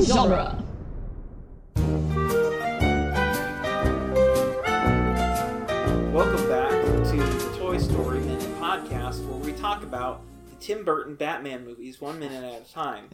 genre. Welcome back to the Toy Story Minute podcast, where we talk about the Tim Burton Batman movies one minute at a time,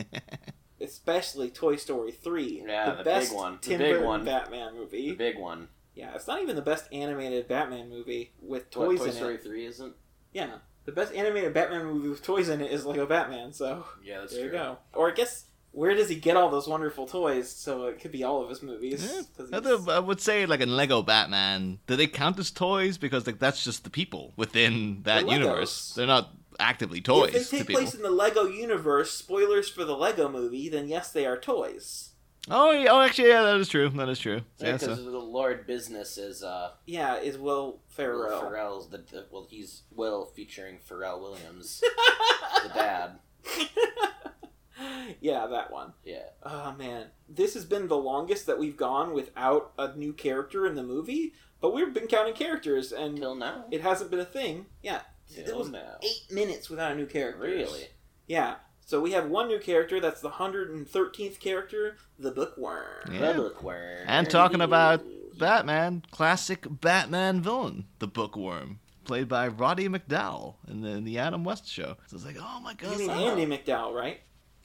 especially Toy Story 3. Yeah, the big best one. The Tim big Burton one. Batman movie. The big one. yeah, it's not even the best animated Batman movie with What, toys Toy in Story it. 3 isn't? Yeah, the best animated Batman movie with toys in it is Lego Batman, so Yeah, that's there you true. go. Or I guess, where does he get all those wonderful toys? So it could be all of his movies. Yeah. 'cause I, he's- don't- I would say, like in Lego Batman, do they count as toys? Because like that's just the people within that They're universe. Legos. They're not actively If toys they take to people. place in the Lego universe, spoilers for the Lego movie, then yes, they are toys. Oh, yeah, oh, actually, yeah, that is true. That is true. Yeah, Because so- the Lord Business is uh, Yeah, is Will Will Ferrell. Ferrell's the, the well, he's Will featuring Pharrell Williams, the dad. yeah, that one. Yeah, Oh man, this has been the longest that we've gone without a new character in the movie, but we've been counting characters, and till now. it hasn't been a thing. Yeah, it Till was now. eight minutes without a new character. Really? Yeah. So we have one new character. That's the hundred and thirteenth character, the Bookworm. Yeah. Public word. And talking about Batman, classic Batman villain, the Bookworm, played by Roddy McDowell in the, in the Adam West show. So it's like, oh my You god. mean Andy McDowell, right?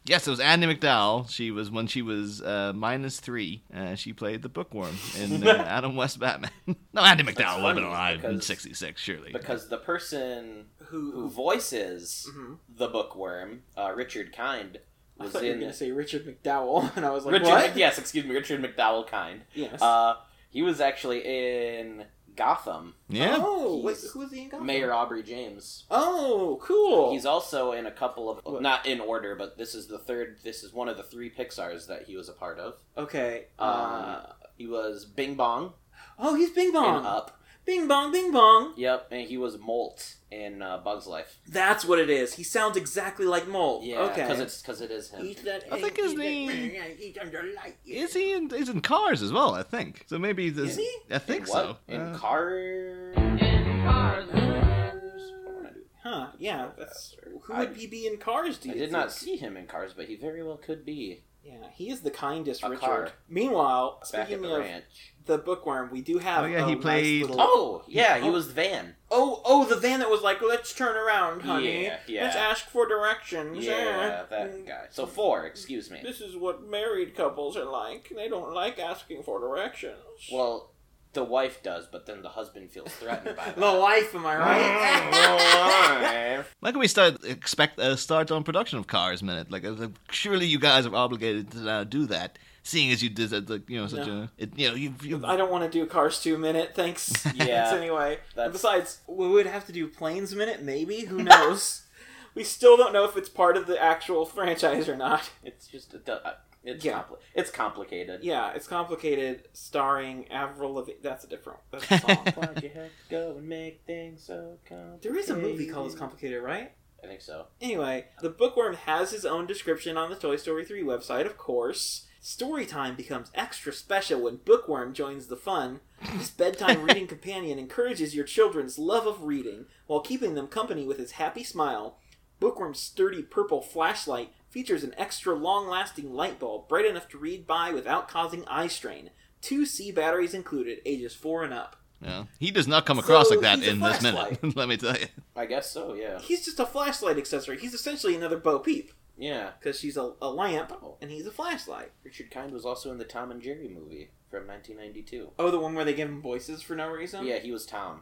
Yes, it was Andy McDowell. She was when she was uh, minus three. Uh, she played the Bookworm in uh, Adam West Batman. no, Andy McDowell would have been funny alive in because- '66, surely. Because the person Who? who voices Mhm. the bookworm, uh, Richard Kind, I was thought you were in gonna say Richard McDowell, and I was like, Richard. what? Yes, excuse me, Richard McDowell Kind. Yes. Uh, he was actually in Gotham. yeah, Oh, wait, He's who was he in Gotham? Mayor Aubrey James. Oh, cool. He's also in a couple of What? not in order, but this is the third. This is one of the three Pixar's that he was a part of. okay. Um, Uh, He was Bing Bong oh, he's Bing in uh, Bong. Up. Bing Bong, Bing Bong. Yep, and he was Molt in uh, Bug's Life. That's what it is. He sounds exactly like Mole. Yeah, okay. because it's because it is him. Eat that I think egg, his eat that name- ring, and eat under light. is he? In, he's in Cars as well, I think. So maybe this. Is he? I think in what? so. In Uh, Cars. Huh? Yeah. That's who I- would he be in Cars? Do I you did not think? see him in Cars, but he very well could be Yeah, he is the kindest A Richard. car. Meanwhile, back at speaking the of ranch. the bookworm, we do have. Oh, yeah, a he nice played- little- Oh yeah, he Oh. was Van. Oh, oh, the van that was like, let's turn around, honey. Yeah, yeah. Let's ask for directions. Yeah, Eh. that guy. So four, excuse me. This is what married couples are like. They don't like asking for directions. Well, the wife does, but then the husband feels threatened by that. the wife, Mm, am I right? Why can we start expect uh, start on production of Cars minute? Like, I was like, surely you guys are obligated to now do that, seeing as you did that, like you know such No. a it, you know you you I don't want to do cars two minute. Thanks. Yeah, Thanks anyway. that's- Besides, we would have to do planes minute. Maybe who knows? we still don't know if it's part of the actual franchise or not. It's just a, du- uh, it's Yeah. compli- it's complicated. Yeah, it's complicated. Starring Avril Lavigne. That's a different. That's a song. Why'd you have to go and make things so complicated? there is a movie called "It's Complicated," right? I think so. Anyway, the bookworm has his own description on the Toy Story 3 website, of course. Story time becomes extra special when Bookworm joins the fun. This bedtime reading companion encourages your children's love of reading while keeping them company with his happy smile. Bookworm's sturdy purple flashlight features an extra long lasting light bulb bright enough to read by without causing eye strain. Two C batteries included, ages 4 and up. Yeah. He does not come across So like that he's a in this flashlight. minute. Let me tell you. I guess so. Yeah. He's just a flashlight accessory. He's essentially another Bo Peep, Yeah. because she's a, a lamp Oh. and he's a flashlight. Richard Kind was also in the Tom and Jerry movie from 1992. Oh, the one where they give him voices for no reason. Yeah, he was Tom.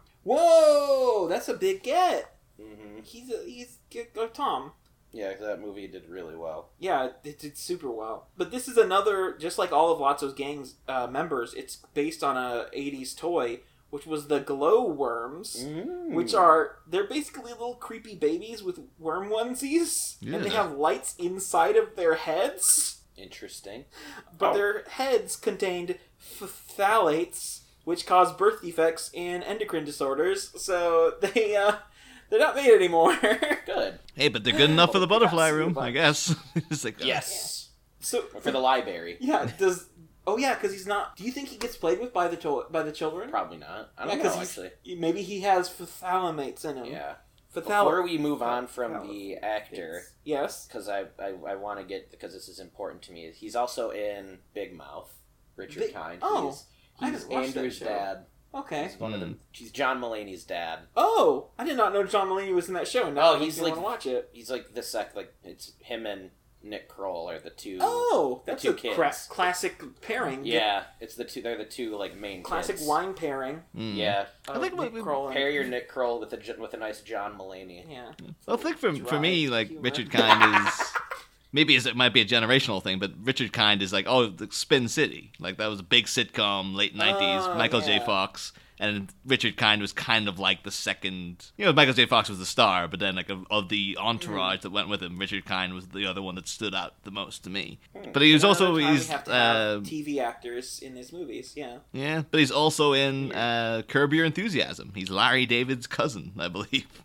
Whoa, that's a big get. hmm He's a, he's get, go Tom. Yeah, that movie did really well. Yeah, it did super well. But this is another, just like all of Lotso's gang's uh, members, it's based on a '80s toy, which was the glow worms, Mm. which are they're basically little creepy babies with worm onesies, and they Yeah. have lights inside of their heads. interesting. but Oh. their heads contained f- phthalates, which cause birth defects and endocrine disorders. So they uh, they're not made anymore. Good. Hey, but they're good enough for the Oh, butterfly yes, room, but- I guess. It's like, uh, so For the library. yeah, does oh yeah, because he's not. Do you think he gets played with by the to- by the children? Probably not. I Yeah, don't 'cause know he's- actually. Maybe he has phthalates in him. Yeah. Fathala. Before we move on Fathala. from the actor, Yes. because I I, I want to get because this is important to me. He's also in Big Mouth. Richard Big- Kind. oh, he's, I he's haven't watched that Andrew's show. dad. Okay. He's one of Hmm. the. He's John Mulaney's dad. Oh, I did not know John Mulaney was in that show. Now Oh, I he's want to like- watch it. He's like the sec. Like it's him and Nick Kroll are the two. Oh, that's two a kids. cra- classic pairing. Yeah, it's the two. They're the two like main Classic kids. wine pairing. Mm. Yeah, Of I think what Nick we- Kroll and- pair your Nick Kroll with a j- with a nice John Mulaney. Yeah. Well, I think for for me, Dry like humor. Richard Kind is maybe is it might be a generational thing, but Richard Kind is like oh, the Spin City, like that was a big sitcom, late nineties, Oh, Michael J. yeah. Fox, and Richard Kind was kind of like the second, you know, Michael J. Fox was the star, but then like of, of the entourage Hmm. that went with him, Richard Kind was the other one that stood out the most to me. Hmm. But he was Another also time we he's have to have uh, TV actors in his movies. Yeah. yeah, but he's also in uh, Curb Your Enthusiasm. He's Larry David's cousin, I believe.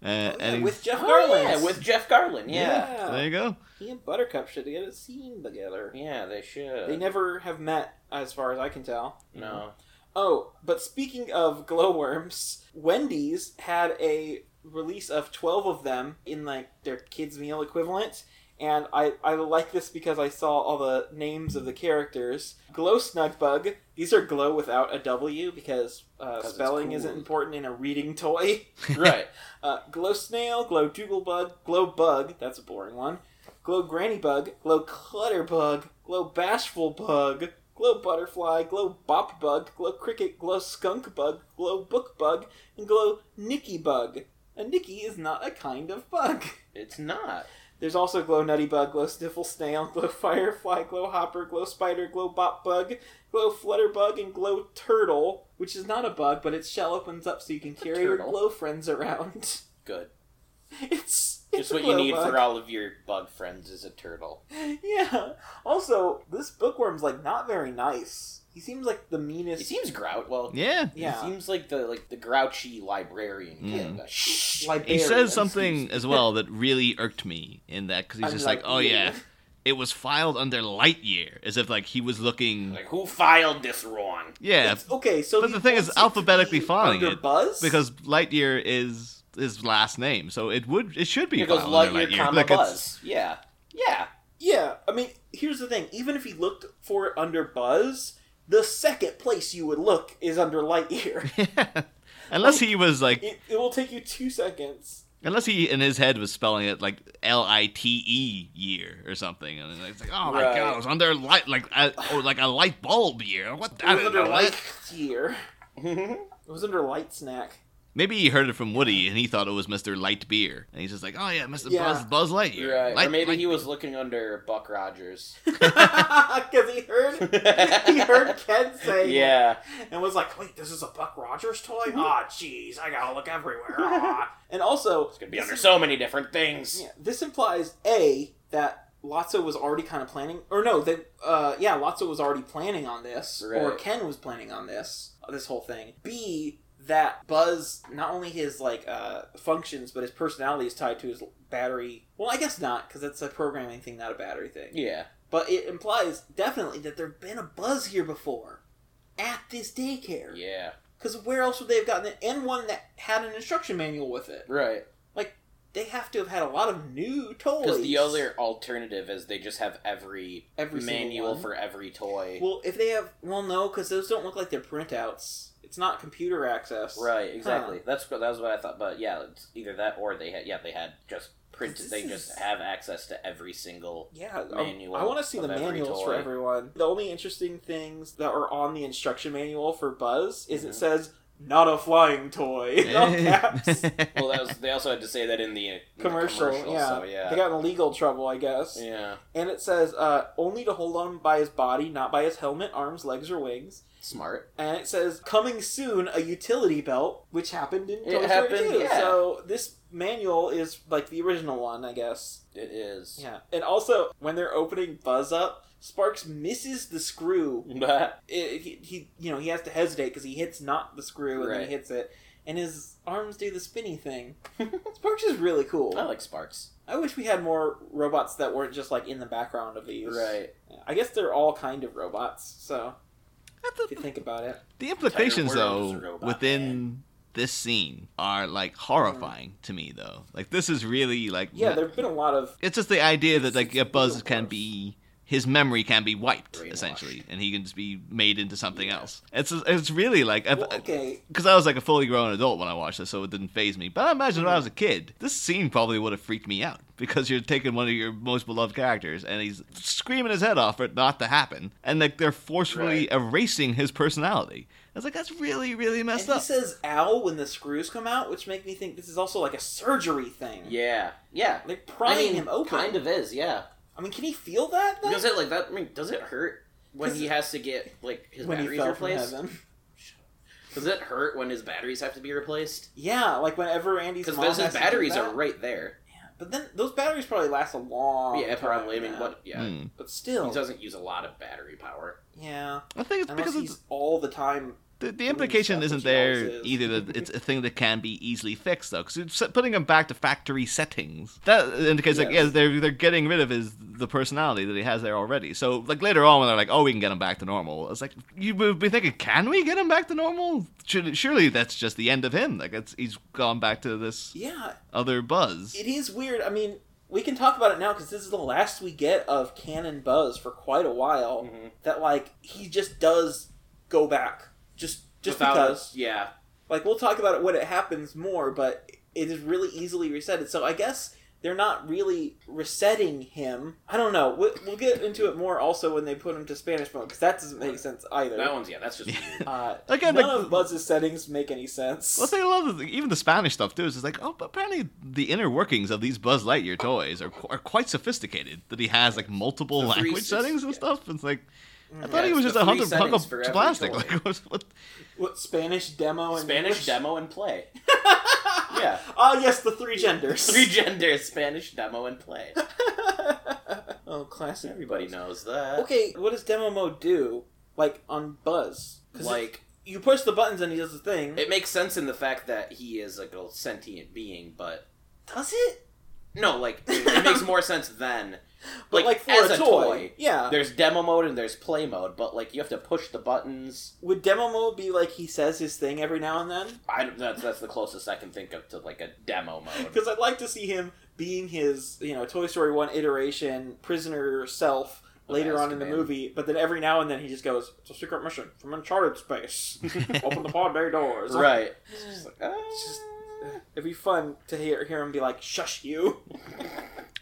Uh, Oh, yeah, and he- with Jeff Oh, Garland. yeah, with Jeff Garland. Yeah. there you go. He and Buttercup should get a scene together. yeah, they should. They never have met, as far as I can tell. no, Oh, but speaking of glowworms, Wendy's had a release of 12 of them in like their kids meal equivalent. And I, I like this because I saw all the names of the characters. Glow Snugbug. These are glow without a W because uh, 'Cause it's spelling cool. isn't important in a reading toy. right. Uh, glow snail, glow doodlebug, glow bug. That's a boring one. Glow granny bug, glow clutter bug, glow bashful bug, glow butterfly, glow bop bug, glow cricket, glow skunk bug, glow book bug, and glow nicky bug. A nicky is not a kind of bug. It's not. There's also glow nutty bug, glow sniffle snail, glow firefly, glow hopper, glow spider, glow bop bug, glow flutter bug, and glow turtle, which is not a bug, but its shell opens up so you can carry your turtle. glow friends around. Good. It's, it's Just what a you need glowbug. for all of your bug friends is a turtle. Yeah. Also, this bookworm's like not very nice. He seems like the He meanest seems grout. Well, Yeah. Yeah. he seems like the like the grouchy librarian kid. Mm. The shh. librarian. He says something as well that really irked me in that because he's I'm just like, like, oh "Ooh." yeah, it was filed under light year, as if like he was looking, like who filed this wrong? yeah, It's- okay, so But he the thing is wants it to alphabetically be filing under it, Buzz because light year is his last name, so it would it should be Here goes filed light under year, comma Like, it's- buzz. Yeah, yeah. yeah, I mean, here's the thing: even if he looked for it under Buzz, the second place you would look is under Lightyear. Unless he was like, it, it will take you two seconds. unless he in his head was spelling it like L I T E year or something, and it's like, oh my Right. god, it was under light like a, oh like a light bulb year. What It I was didn't under know that. Lightyear. It was under Light Snack. Maybe he heard it from Woody and he thought it was Mr. Light Beer. And he's just like, oh yeah, Mr. Yeah. Buzz, Buzz Lightyear. right. Light, or maybe Light- he was looking under Buck Rogers. Because he heard he heard Ken saying yeah. Mm-hmm. and was like, "Wait, this is a Buck Rogers toy? Ah, jeez, I gotta look everywhere." Ah." and also, It's gonna be this under is- so many different things. yeah, this implies a that Lotso was already kind of planning, or no, that uh, yeah, Lotso was already planning on this, or Right. Ken was planning on this, uh, this whole thing. B that Buzz not only his like uh, functions, but his personality is tied to his battery. Well, I guess not, because it's a programming thing, not a battery thing. Yeah. But it implies definitely that there've been a Buzz here before, at this daycare. Yeah. Because where else would they have gotten it? And one that had an instruction manual with it. Right. They have to have had a lot of new toys. Because the other alternative is they just have every, Every single manual one. for every toy. Well, if they have. Well, no, because those don't look like they're printouts. It's not computer access. right. Exactly. That's what that was what I thought. But yeah, it's either that or they had yeah they had just printed. This They is- just have access to every single. Yeah, I- Manual I want to see of the every manuals toy. for everyone. The only interesting things that are on the instruction manual for Buzz is it Mhm. says, not a flying toy. in all caps. "Oh, Well, that was, they also had to say that in the, in the commercial, yeah. So yeah. They got in legal trouble, I guess. yeah. And it says, uh, only to hold on by his body, not by his helmet, arms, legs, or wings. Smart. and it says coming soon a utility belt which happened in It Toy happened, Story 2. yeah. So this manual is like the original one, I guess. It is. Yeah. And also when they're opening Buzz up, Sparks misses the screw. But It, he, he you know, he has to hesitate cuz he hits not the screw and then Right. he hits it and his arms do the spinny thing. Sparks is really cool. I like Sparks. I wish we had more robots that weren't just like in the background of these. Right. Yeah. I guess they're all kind of robots, so I if you thought think about it. the implications Tiger Woods though is a robot within this scene are like horrifying Hmm. to me though. Like this is really like Yeah, there've been a lot of it's just the idea that like It's- a it's Buzz real can gross. be his memory can be wiped Brainwashed. essentially, and he can just be made into something Yeah. else. It's it's really like I've- well, okay. because I was like a fully grown adult when I watched this, so it didn't phase me. But I imagine when I was a kid, this scene probably would have freaked me out because you're taking one of your most beloved characters and he's screaming his head off for it not to happen, and like they're forcefully Right. erasing his personality. I was like, that's really, really And messed he up. says ow when the screws come out, which make me think this is also like a surgery thing. Yeah, yeah. They're prying I mean, him open. kind of is, yeah. I mean, can he feel that though? Does it like that? I mean, does it hurt when 'Cause- he has to get like his when he batteries fell from replaced? heaven. Does it hurt when his batteries have to be replaced? Yeah, like whenever Andy's Because mom those his has to do batteries that. are right there. But then those batteries probably last a long. yeah, time probably. I mean, now. what? Yeah, Hmm. But still, he doesn't use a lot of battery power. yeah. I think it's Unless because he's it's, all the time. the, the doing implication stuff, isn't which he always there is. either that it's a thing that can be easily fixed though, because putting him back to factory settings that indicates like Yes. yeah they're they're getting rid of his the personality that he has there already. So like later on when they're like oh we can get him back to normal, it's like you would be thinking can we get him back to normal? Should, surely that's just the end of him. Like it's he's gone back to this Yeah, other buzz. it is weird. I mean, we can talk about it now because this is the last we get of Canon Buzz for quite a while. Mhm. That like he just does go back just just Without- because. yeah, Like we'll talk about it when it happens more, but it is really easily resetted. So I guess they're not really resetting him. I don't know. We'll, we'll get into it more also when they put him to Spanish mode because that doesn't make sense either. that one's yeah. That's just Yeah. weird. Uh, Again, none like- of Buzz's settings make any sense. Well, I think a lot of the, even the Spanish stuff too is just like, oh, but apparently the inner workings of these Buzz Lightyear toys are, qu- are quite sophisticated. That he has like multiple The three language sys- settings and yeah. stuff. It's like I Mm. thought he it's the was just a three hundred hunk settings of for every plastic. toy. Like, what's- what, What Spanish demo and Spanish English? demo Oh, and play. yeah, Ah, yes, the three genders. three genders, Spanish demo and play. oh, classic. Everybody knows that. Okay, what does demo mode do? Like on Buzz, 'Cause Like. it- you push the buttons and he does the thing. It makes sense in the fact that he is like a sentient being, but does it? no, like it, it makes more sense then. But like, like, for as a, a toy. toy, yeah. There's demo mode and there's play mode, but like you have to push the buttons. Would demo mode be like he says his thing every now and then? I don't- that's that's the closest I can think of to like a demo mode. Because I'd like to see him being his, you know, Toy Story one iteration prisoner self later Mask on in the Man. movie. But then every now and then he just goes, "It's a secret mission from Uncharted space. Open the pod bay doors." right? It's just like, ah. just- It'd be fun to hear hear him be like, "Shush you." Oh,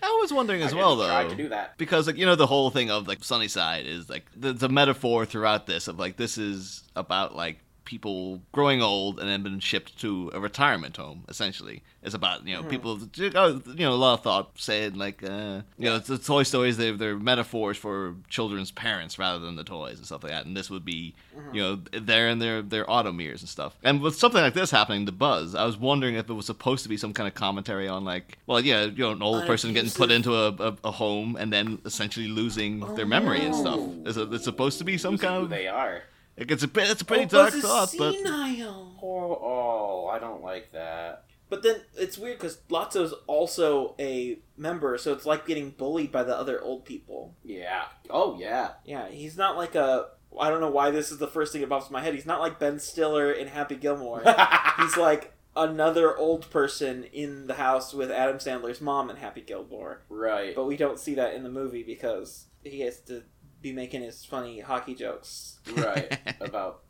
I was wondering as I well didn't though. try to do that. because like you know the whole thing of like sunnyside is like the, the metaphor throughout this of like this is about like people growing old and then been shipped to a retirement home essentially it's about you know Mhm. people oh, you know a lot of thought said like uh you know the toy stories they, they're metaphors for children's parents rather than the toys and stuff like that and this would be you know they're in their their autumn years and stuff and with something like this happening the buzz i was wondering if it was supposed to be some kind of commentary on like well yeah you know an old An person getting put abusive- into a, a, a home and then essentially losing Oh, their memory and stuff no. it's, a, it's supposed to be some Who's kind who of they are. like it's a bit it's a pretty Oh, dark Buzz is thought but senile. Oh, oh, I don't like that. But then it's weird because Lotso's also a member, so it's like getting bullied by the other old people. Yeah. Oh yeah. Yeah, he's not like a. I don't know why this is the first thing that pops in my head. He's not like Ben Stiller in Happy Gilmore. he's like another old person in the house with Adam Sandler's mom in Happy Gilmore. right. But we don't see that in the movie because he has to be making his funny hockey jokes. Right. about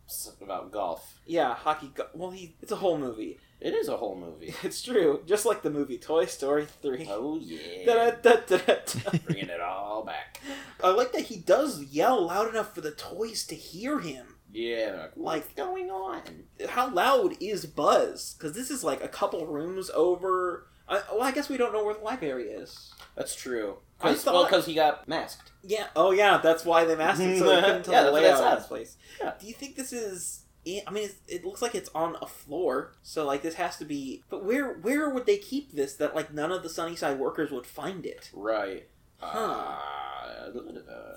about golf. Yeah, hockey. Go- well, he. It's a whole movie. It is a whole movie. It's true. Just like the movie Toy Story Three. Oh yeah. Da-da-da-da-da. Bringing it all back. I like that he does yell loud enough for the toys to hear him. Yeah. what's going on? how loud is Buzz? Because this is like a couple rooms over. I, well, I guess we don't know where the library is. That's true. I Cause, well, thought- because he got masked. Yeah. Oh, yeah. That's why they masked it, so they couldn't tell Yeah, the that's what I layout of said. this place. Yeah. Do you think this is? in- I mean, it's, it looks like it's on a floor, so like this has to be. But where where would they keep this that like none of the Sunnyside workers would find it? Right. Huh. Uh,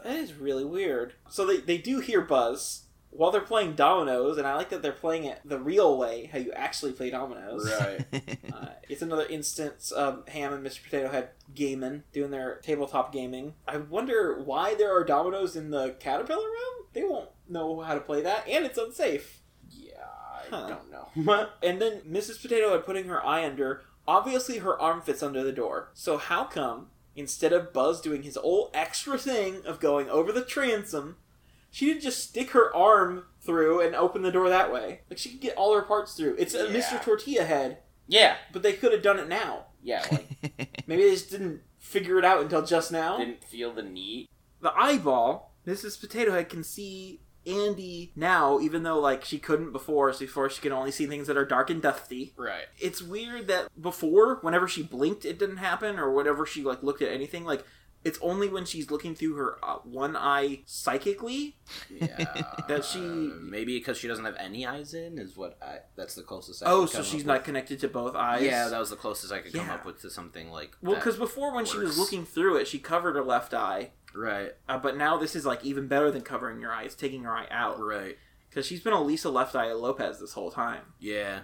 That is really weird. So they they do hear Buzz while they're playing dominoes, and I like that they're playing it the real way, how you actually play dominoes. right. Uh, it's another instance of Ham and Mr. Potato Head gaming, doing their tabletop gaming. I wonder why there are dominoes in the caterpillar room. They won't know how to play that, and it's unsafe. Yeah. Huh. don't know. And then Mrs. Potato Head putting her eye under, obviously her arm fits under the door. So how come, instead of Buzz doing his old extra thing of going over the transom, she didn't just stick her arm through and open the door that way? Like she could get all her parts through. It's a Yeah. Mr. Tortilla Head, yeah, but they could have done it now. yeah. Like Maybe they just didn't figure it out until just now. didn't feel the need. the eyeball, Mrs. Potato Head can see Andy now, even though like she couldn't before, so before she can only see things that are dark and dusty. Right. It's weird that before, whenever she blinked, it didn't happen, or whenever she like looked at anything, like it's only when she's looking through her uh, one eye psychically. Yeah. That she- maybe because she doesn't have any eyes in is what I. That's the closest. I oh, could so come she's up not connected to both eyes. With. Yeah, that was the closest I could come Yeah. up with to something like. well, that. because before when she was works. looking through it, she covered her left eye, right, uh, but now this is like even better than covering your eye. It's taking your eye out right, because she's been Elisa Left Eye Lopez this whole time. yeah.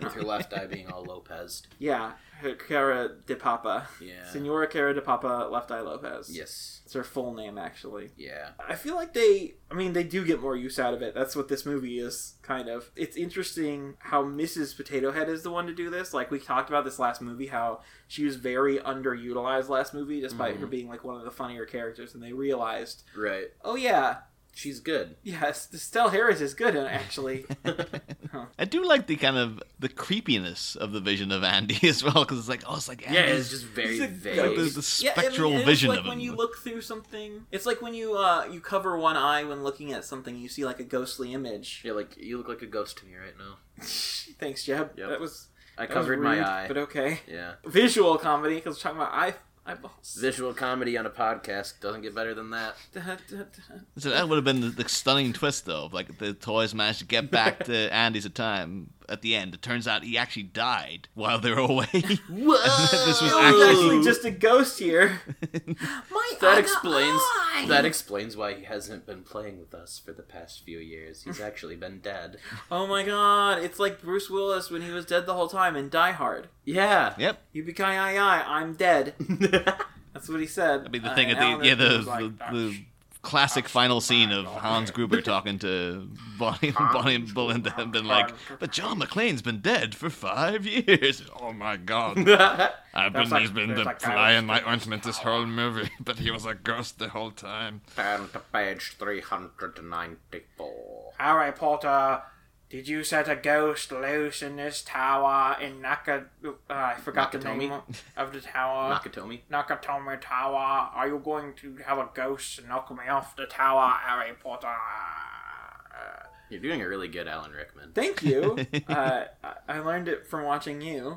With her left eye being all Lopez. Yeah, her Cara de Papa. Yeah. Senora Cara de Papa Left Eye Lopez. Yes. It's her full name, actually. Yeah. I feel like they, I mean, they do get more use out of it. That's what this movie is, kind of. It's interesting how Mrs. Potato Head is the one to do this. Like, we talked about this last movie, how she was very underutilized last movie, despite Mhm. her being, like, one of the funnier characters, and they realized, Right. oh, yeah, She's good. yes, Stell Harris is good, in it, actually. Huh. I do like the kind of the creepiness of the vision of Andy as well, because it's like, oh, it's like Yeah, Andy's- it's just very He's a like vague. the, the Yeah, I mean, spectral it is vision like of when him. you look through something. It's like when you uh you cover one eye when looking at something, you see like a ghostly image. You're like you look like a ghost to me right now. Thanks, Jeb. Yep. That was I that was covered rude, my eye. but okay. Yeah. Visual comedy because we're talking about eye eyeballs. Visual comedy on a podcast doesn't get better than that. Da, da, da. so that would have been the, the stunning twist, though. Of, like the toys managed to get back to Andy's at time at the end. It turns out he actually died while they were away. Whoa! This It was was Actually- Oh, actually just a ghost here. My that other explains eye! that explains why he hasn't been playing with us for the past few years. He's actually been dead. oh my god! It's like Bruce Willis when he was dead the whole time in Die Hard. Yeah. yep. You be kind, I, I, I'm dead. That's what he said. I mean, the Uh, thing and at Alan the yeah Rickman the, was like, the, "Ah, the classic final scene of Hans Gruber talking to Bonnie, Bonnie and Belinda and been like, "But John McClane's been dead for five years." Oh my God! I've been There's like- he's been there's the like fly ghosts in my ointment this whole movie, but he was a ghost the whole time. Turn to page three hundred and ninety-four. Harry Potter, did you set a ghost loose in this tower in Naka? Uh, I forgot the Nakatomi? name of the tower. Nakatomi. Nakatomi Tower. Are you going to have a ghost knock me off the tower, Harry Potter? You're doing a really good Alan Rickman. Thank you. uh, I- I learned it from watching you,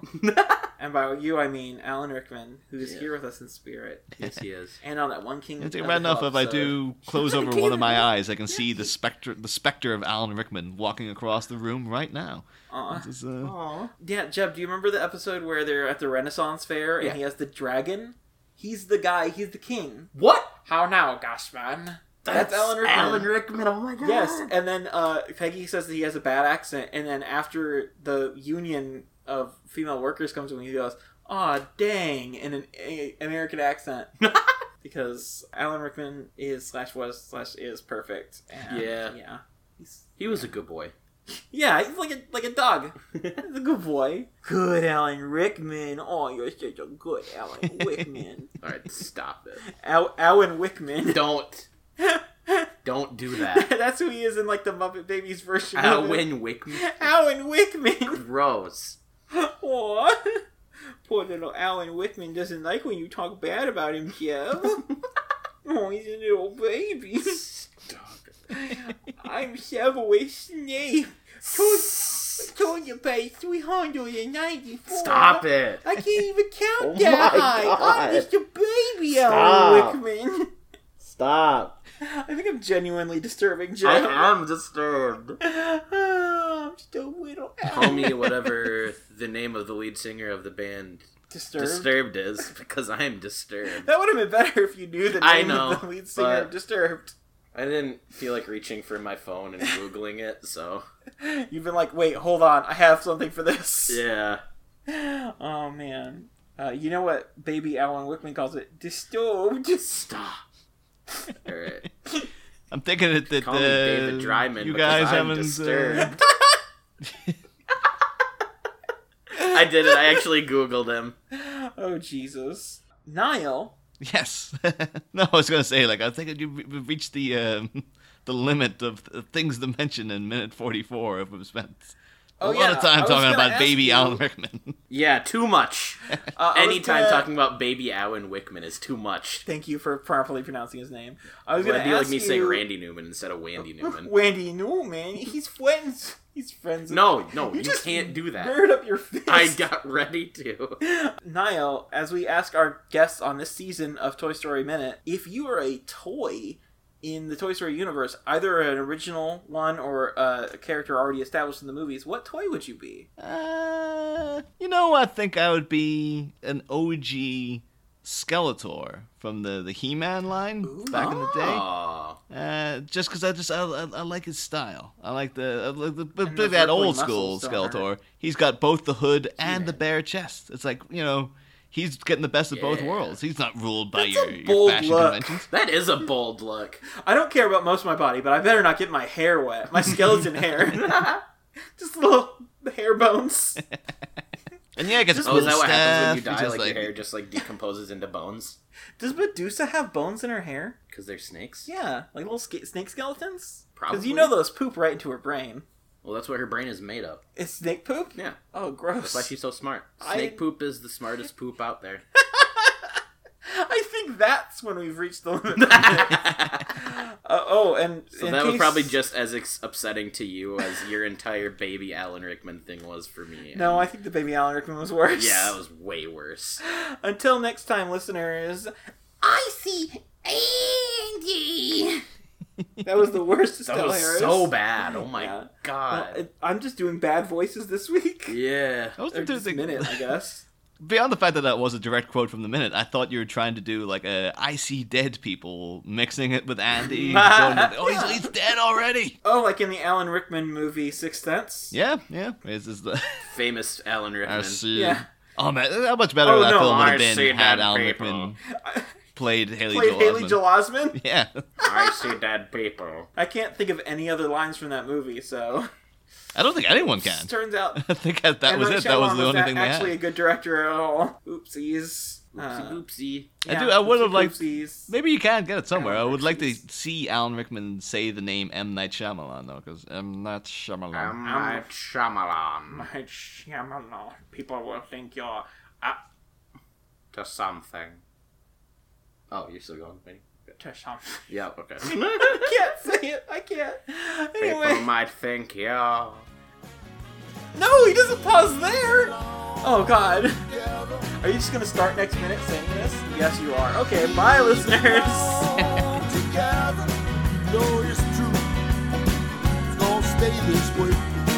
and by you I mean Alan Rickman, who's Yeah. here with us in spirit, yes, he is. and on that one King. It's of the right enough Hill if I episode. do close I over can't one of my even- eyes, I can see the specter the specter of Alan Rickman walking across the room right now. Aw. This is, uh, Yeah, Jeb, do you remember the episode where they're at the Renaissance Fair and Yeah. he has the dragon? He's the guy, he's the king. What? How now, Goshman? That's, Alan Rickman. Alan Rickman. Oh my god. Yes, and then uh, Peggy says that he has a bad accent, and then after the union of female workers comes to him, he goes, "Aw, dang," in an a- American accent. because Alan Rickman is slash was slash is perfect. And, Yeah. yeah, he's He was a good boy. yeah, he's like a like a dog. He's a good boy. Good Alan Rickman. Oh, you're such a good Alan Wickman. All right, stop it. Al- Alan Wickman. Don't, don't do that. That's who he is in like the Muppet Babies version. of it. Alan Wickman. Alan Wickman. Gross. Aw. Poor little Alan Wickman doesn't like when you talk bad about him, Jeff. oh, he's a little baby. Stop it. I'm Severus Snape. Told, told you pay 394. Stop it. I can't even count Oh that my high. God. I'm just a baby, Stop. Alan Wickman. Stop. I think I'm genuinely disturbing I Jeff. am disturbed. Ah, I'm still little. Call me whatever the name of the lead singer of the band disturbed. Disturbed, is, because I am disturbed. That would have been better if you knew the name I know, of the lead singer of but- Disturbed. I didn't feel like reaching for my phone and googling it, so You've been like, wait, hold on, I have something for this. yeah. Oh man. Uh, you know what baby Alan Wickman calls it? Disturbed. Stop. All right. I'm thinking that, that Call me David uh, Dryman. you because guys I'm haven't uh, disturbed. I did it. I actually Googled him. Oh Jesus, Niall. Yes. no, I was gonna say like I think you re- reached the um, the limit of th- things to mention in minute forty four if we've spent Oh, a lot yeah, of I time was talking gonna about ask baby you- Alan Rickman. Yeah, too much. Uh, I was Anytime gonna- talking about baby Alan Wickman is too much. Thank you for properly pronouncing his name. I was It'd going to be ask like me you, saying Randy Newman instead of Wandy Newman. Wendy Newman. He's friends. He's friends. with- No, no, You you, just can't do that. Gird up your fist. I got ready to. Niall, as we ask our guests on this season of Toy Story Minute, if you are a toy in the Toy Story universe, either an original one or a character already established in the movies, what toy would you be? Uh, you know, I think I would be an OG Skeletor from the the He Man line Ooh. back in the day. Aw. Uh, just because I just I, I, I like his style. I like the I like the, but And but those that rippling old school muscles don't Skeletor. He's got both the hood and the He-Man. bare chest. It's like you know he's getting the best of both Yeah. worlds. He's not ruled by That's your, a your bold fashion look. conventions. That is a bold look. I don't care about most of my body, but I better not get my hair wet. My skeleton hair. Just little hair bones. And yeah, it gets Just- a Oh, is cool that what happens when you staff. die? He just like, like your hair just like decomposes into bones Does Medusa have bones in her hair? because they're snakes. Yeah, like little sk- snake skeletons. Because Probably. you know those poop right into her brain. Well, that's what her brain is made of. It's snake poop. Yeah, Oh, gross. that's why she's so smart. I- Snake poop is the smartest poop out there. I think that's when we've reached the limit. uh, oh, and So in that was case- probably just as ex- upsetting to you as your entire baby Alan Rickman thing was for me. No, I think the baby Alan Rickman was worse. Yeah, that was way worse. Until next time, listeners. I see Andy. that was the worst. That Estelle was Harris. so bad. Oh my Yeah. Well, god. it- I'm just doing bad voices this week. yeah. That was Or the just thing- minute, I guess. Beyond the fact that that was a direct quote from the minute, I thought you were trying to do like a I see dead people mixing it with Andy. going with, oh, he's, he's dead already. Oh, like in the Alan Rickman movie Sixth Sense. Yeah, yeah. This is the Famous Alan Rickman. I see. Yeah. Oh man, how much better Oh, that no, film would I have see been had dead Alan people. Rickman played Haley Played Joel Haley Osment. Joel Osment. Yeah, I see dead people. I can't think of any other lines from that movie, so I don't think anyone can. turns out I think that, that M. was Night it. That was Shyamalan the only a- thing they actually had. a good director at all. Oopsies. Uh, Oopsie oopsie. I do- I would have liked- Oopsies. Maybe you can get it somewhere. Alan I would like to Rickman's- see Alan Rickman say the name M Night Shyamalan though, because M Night Shyamalan. I'm Night Shyamalan My Shyamalan. People will think you're. up to something. Oh, you're still going, Benny? To something. Yeah, okay. I can't say it. I can't. People Anyway, might think, yeah. no, he doesn't pause there. Oh God, are you just gonna start next minute saying this? Yes, you are. Okay, bye, listeners. Together, no, it's true. It's gonna stay this way.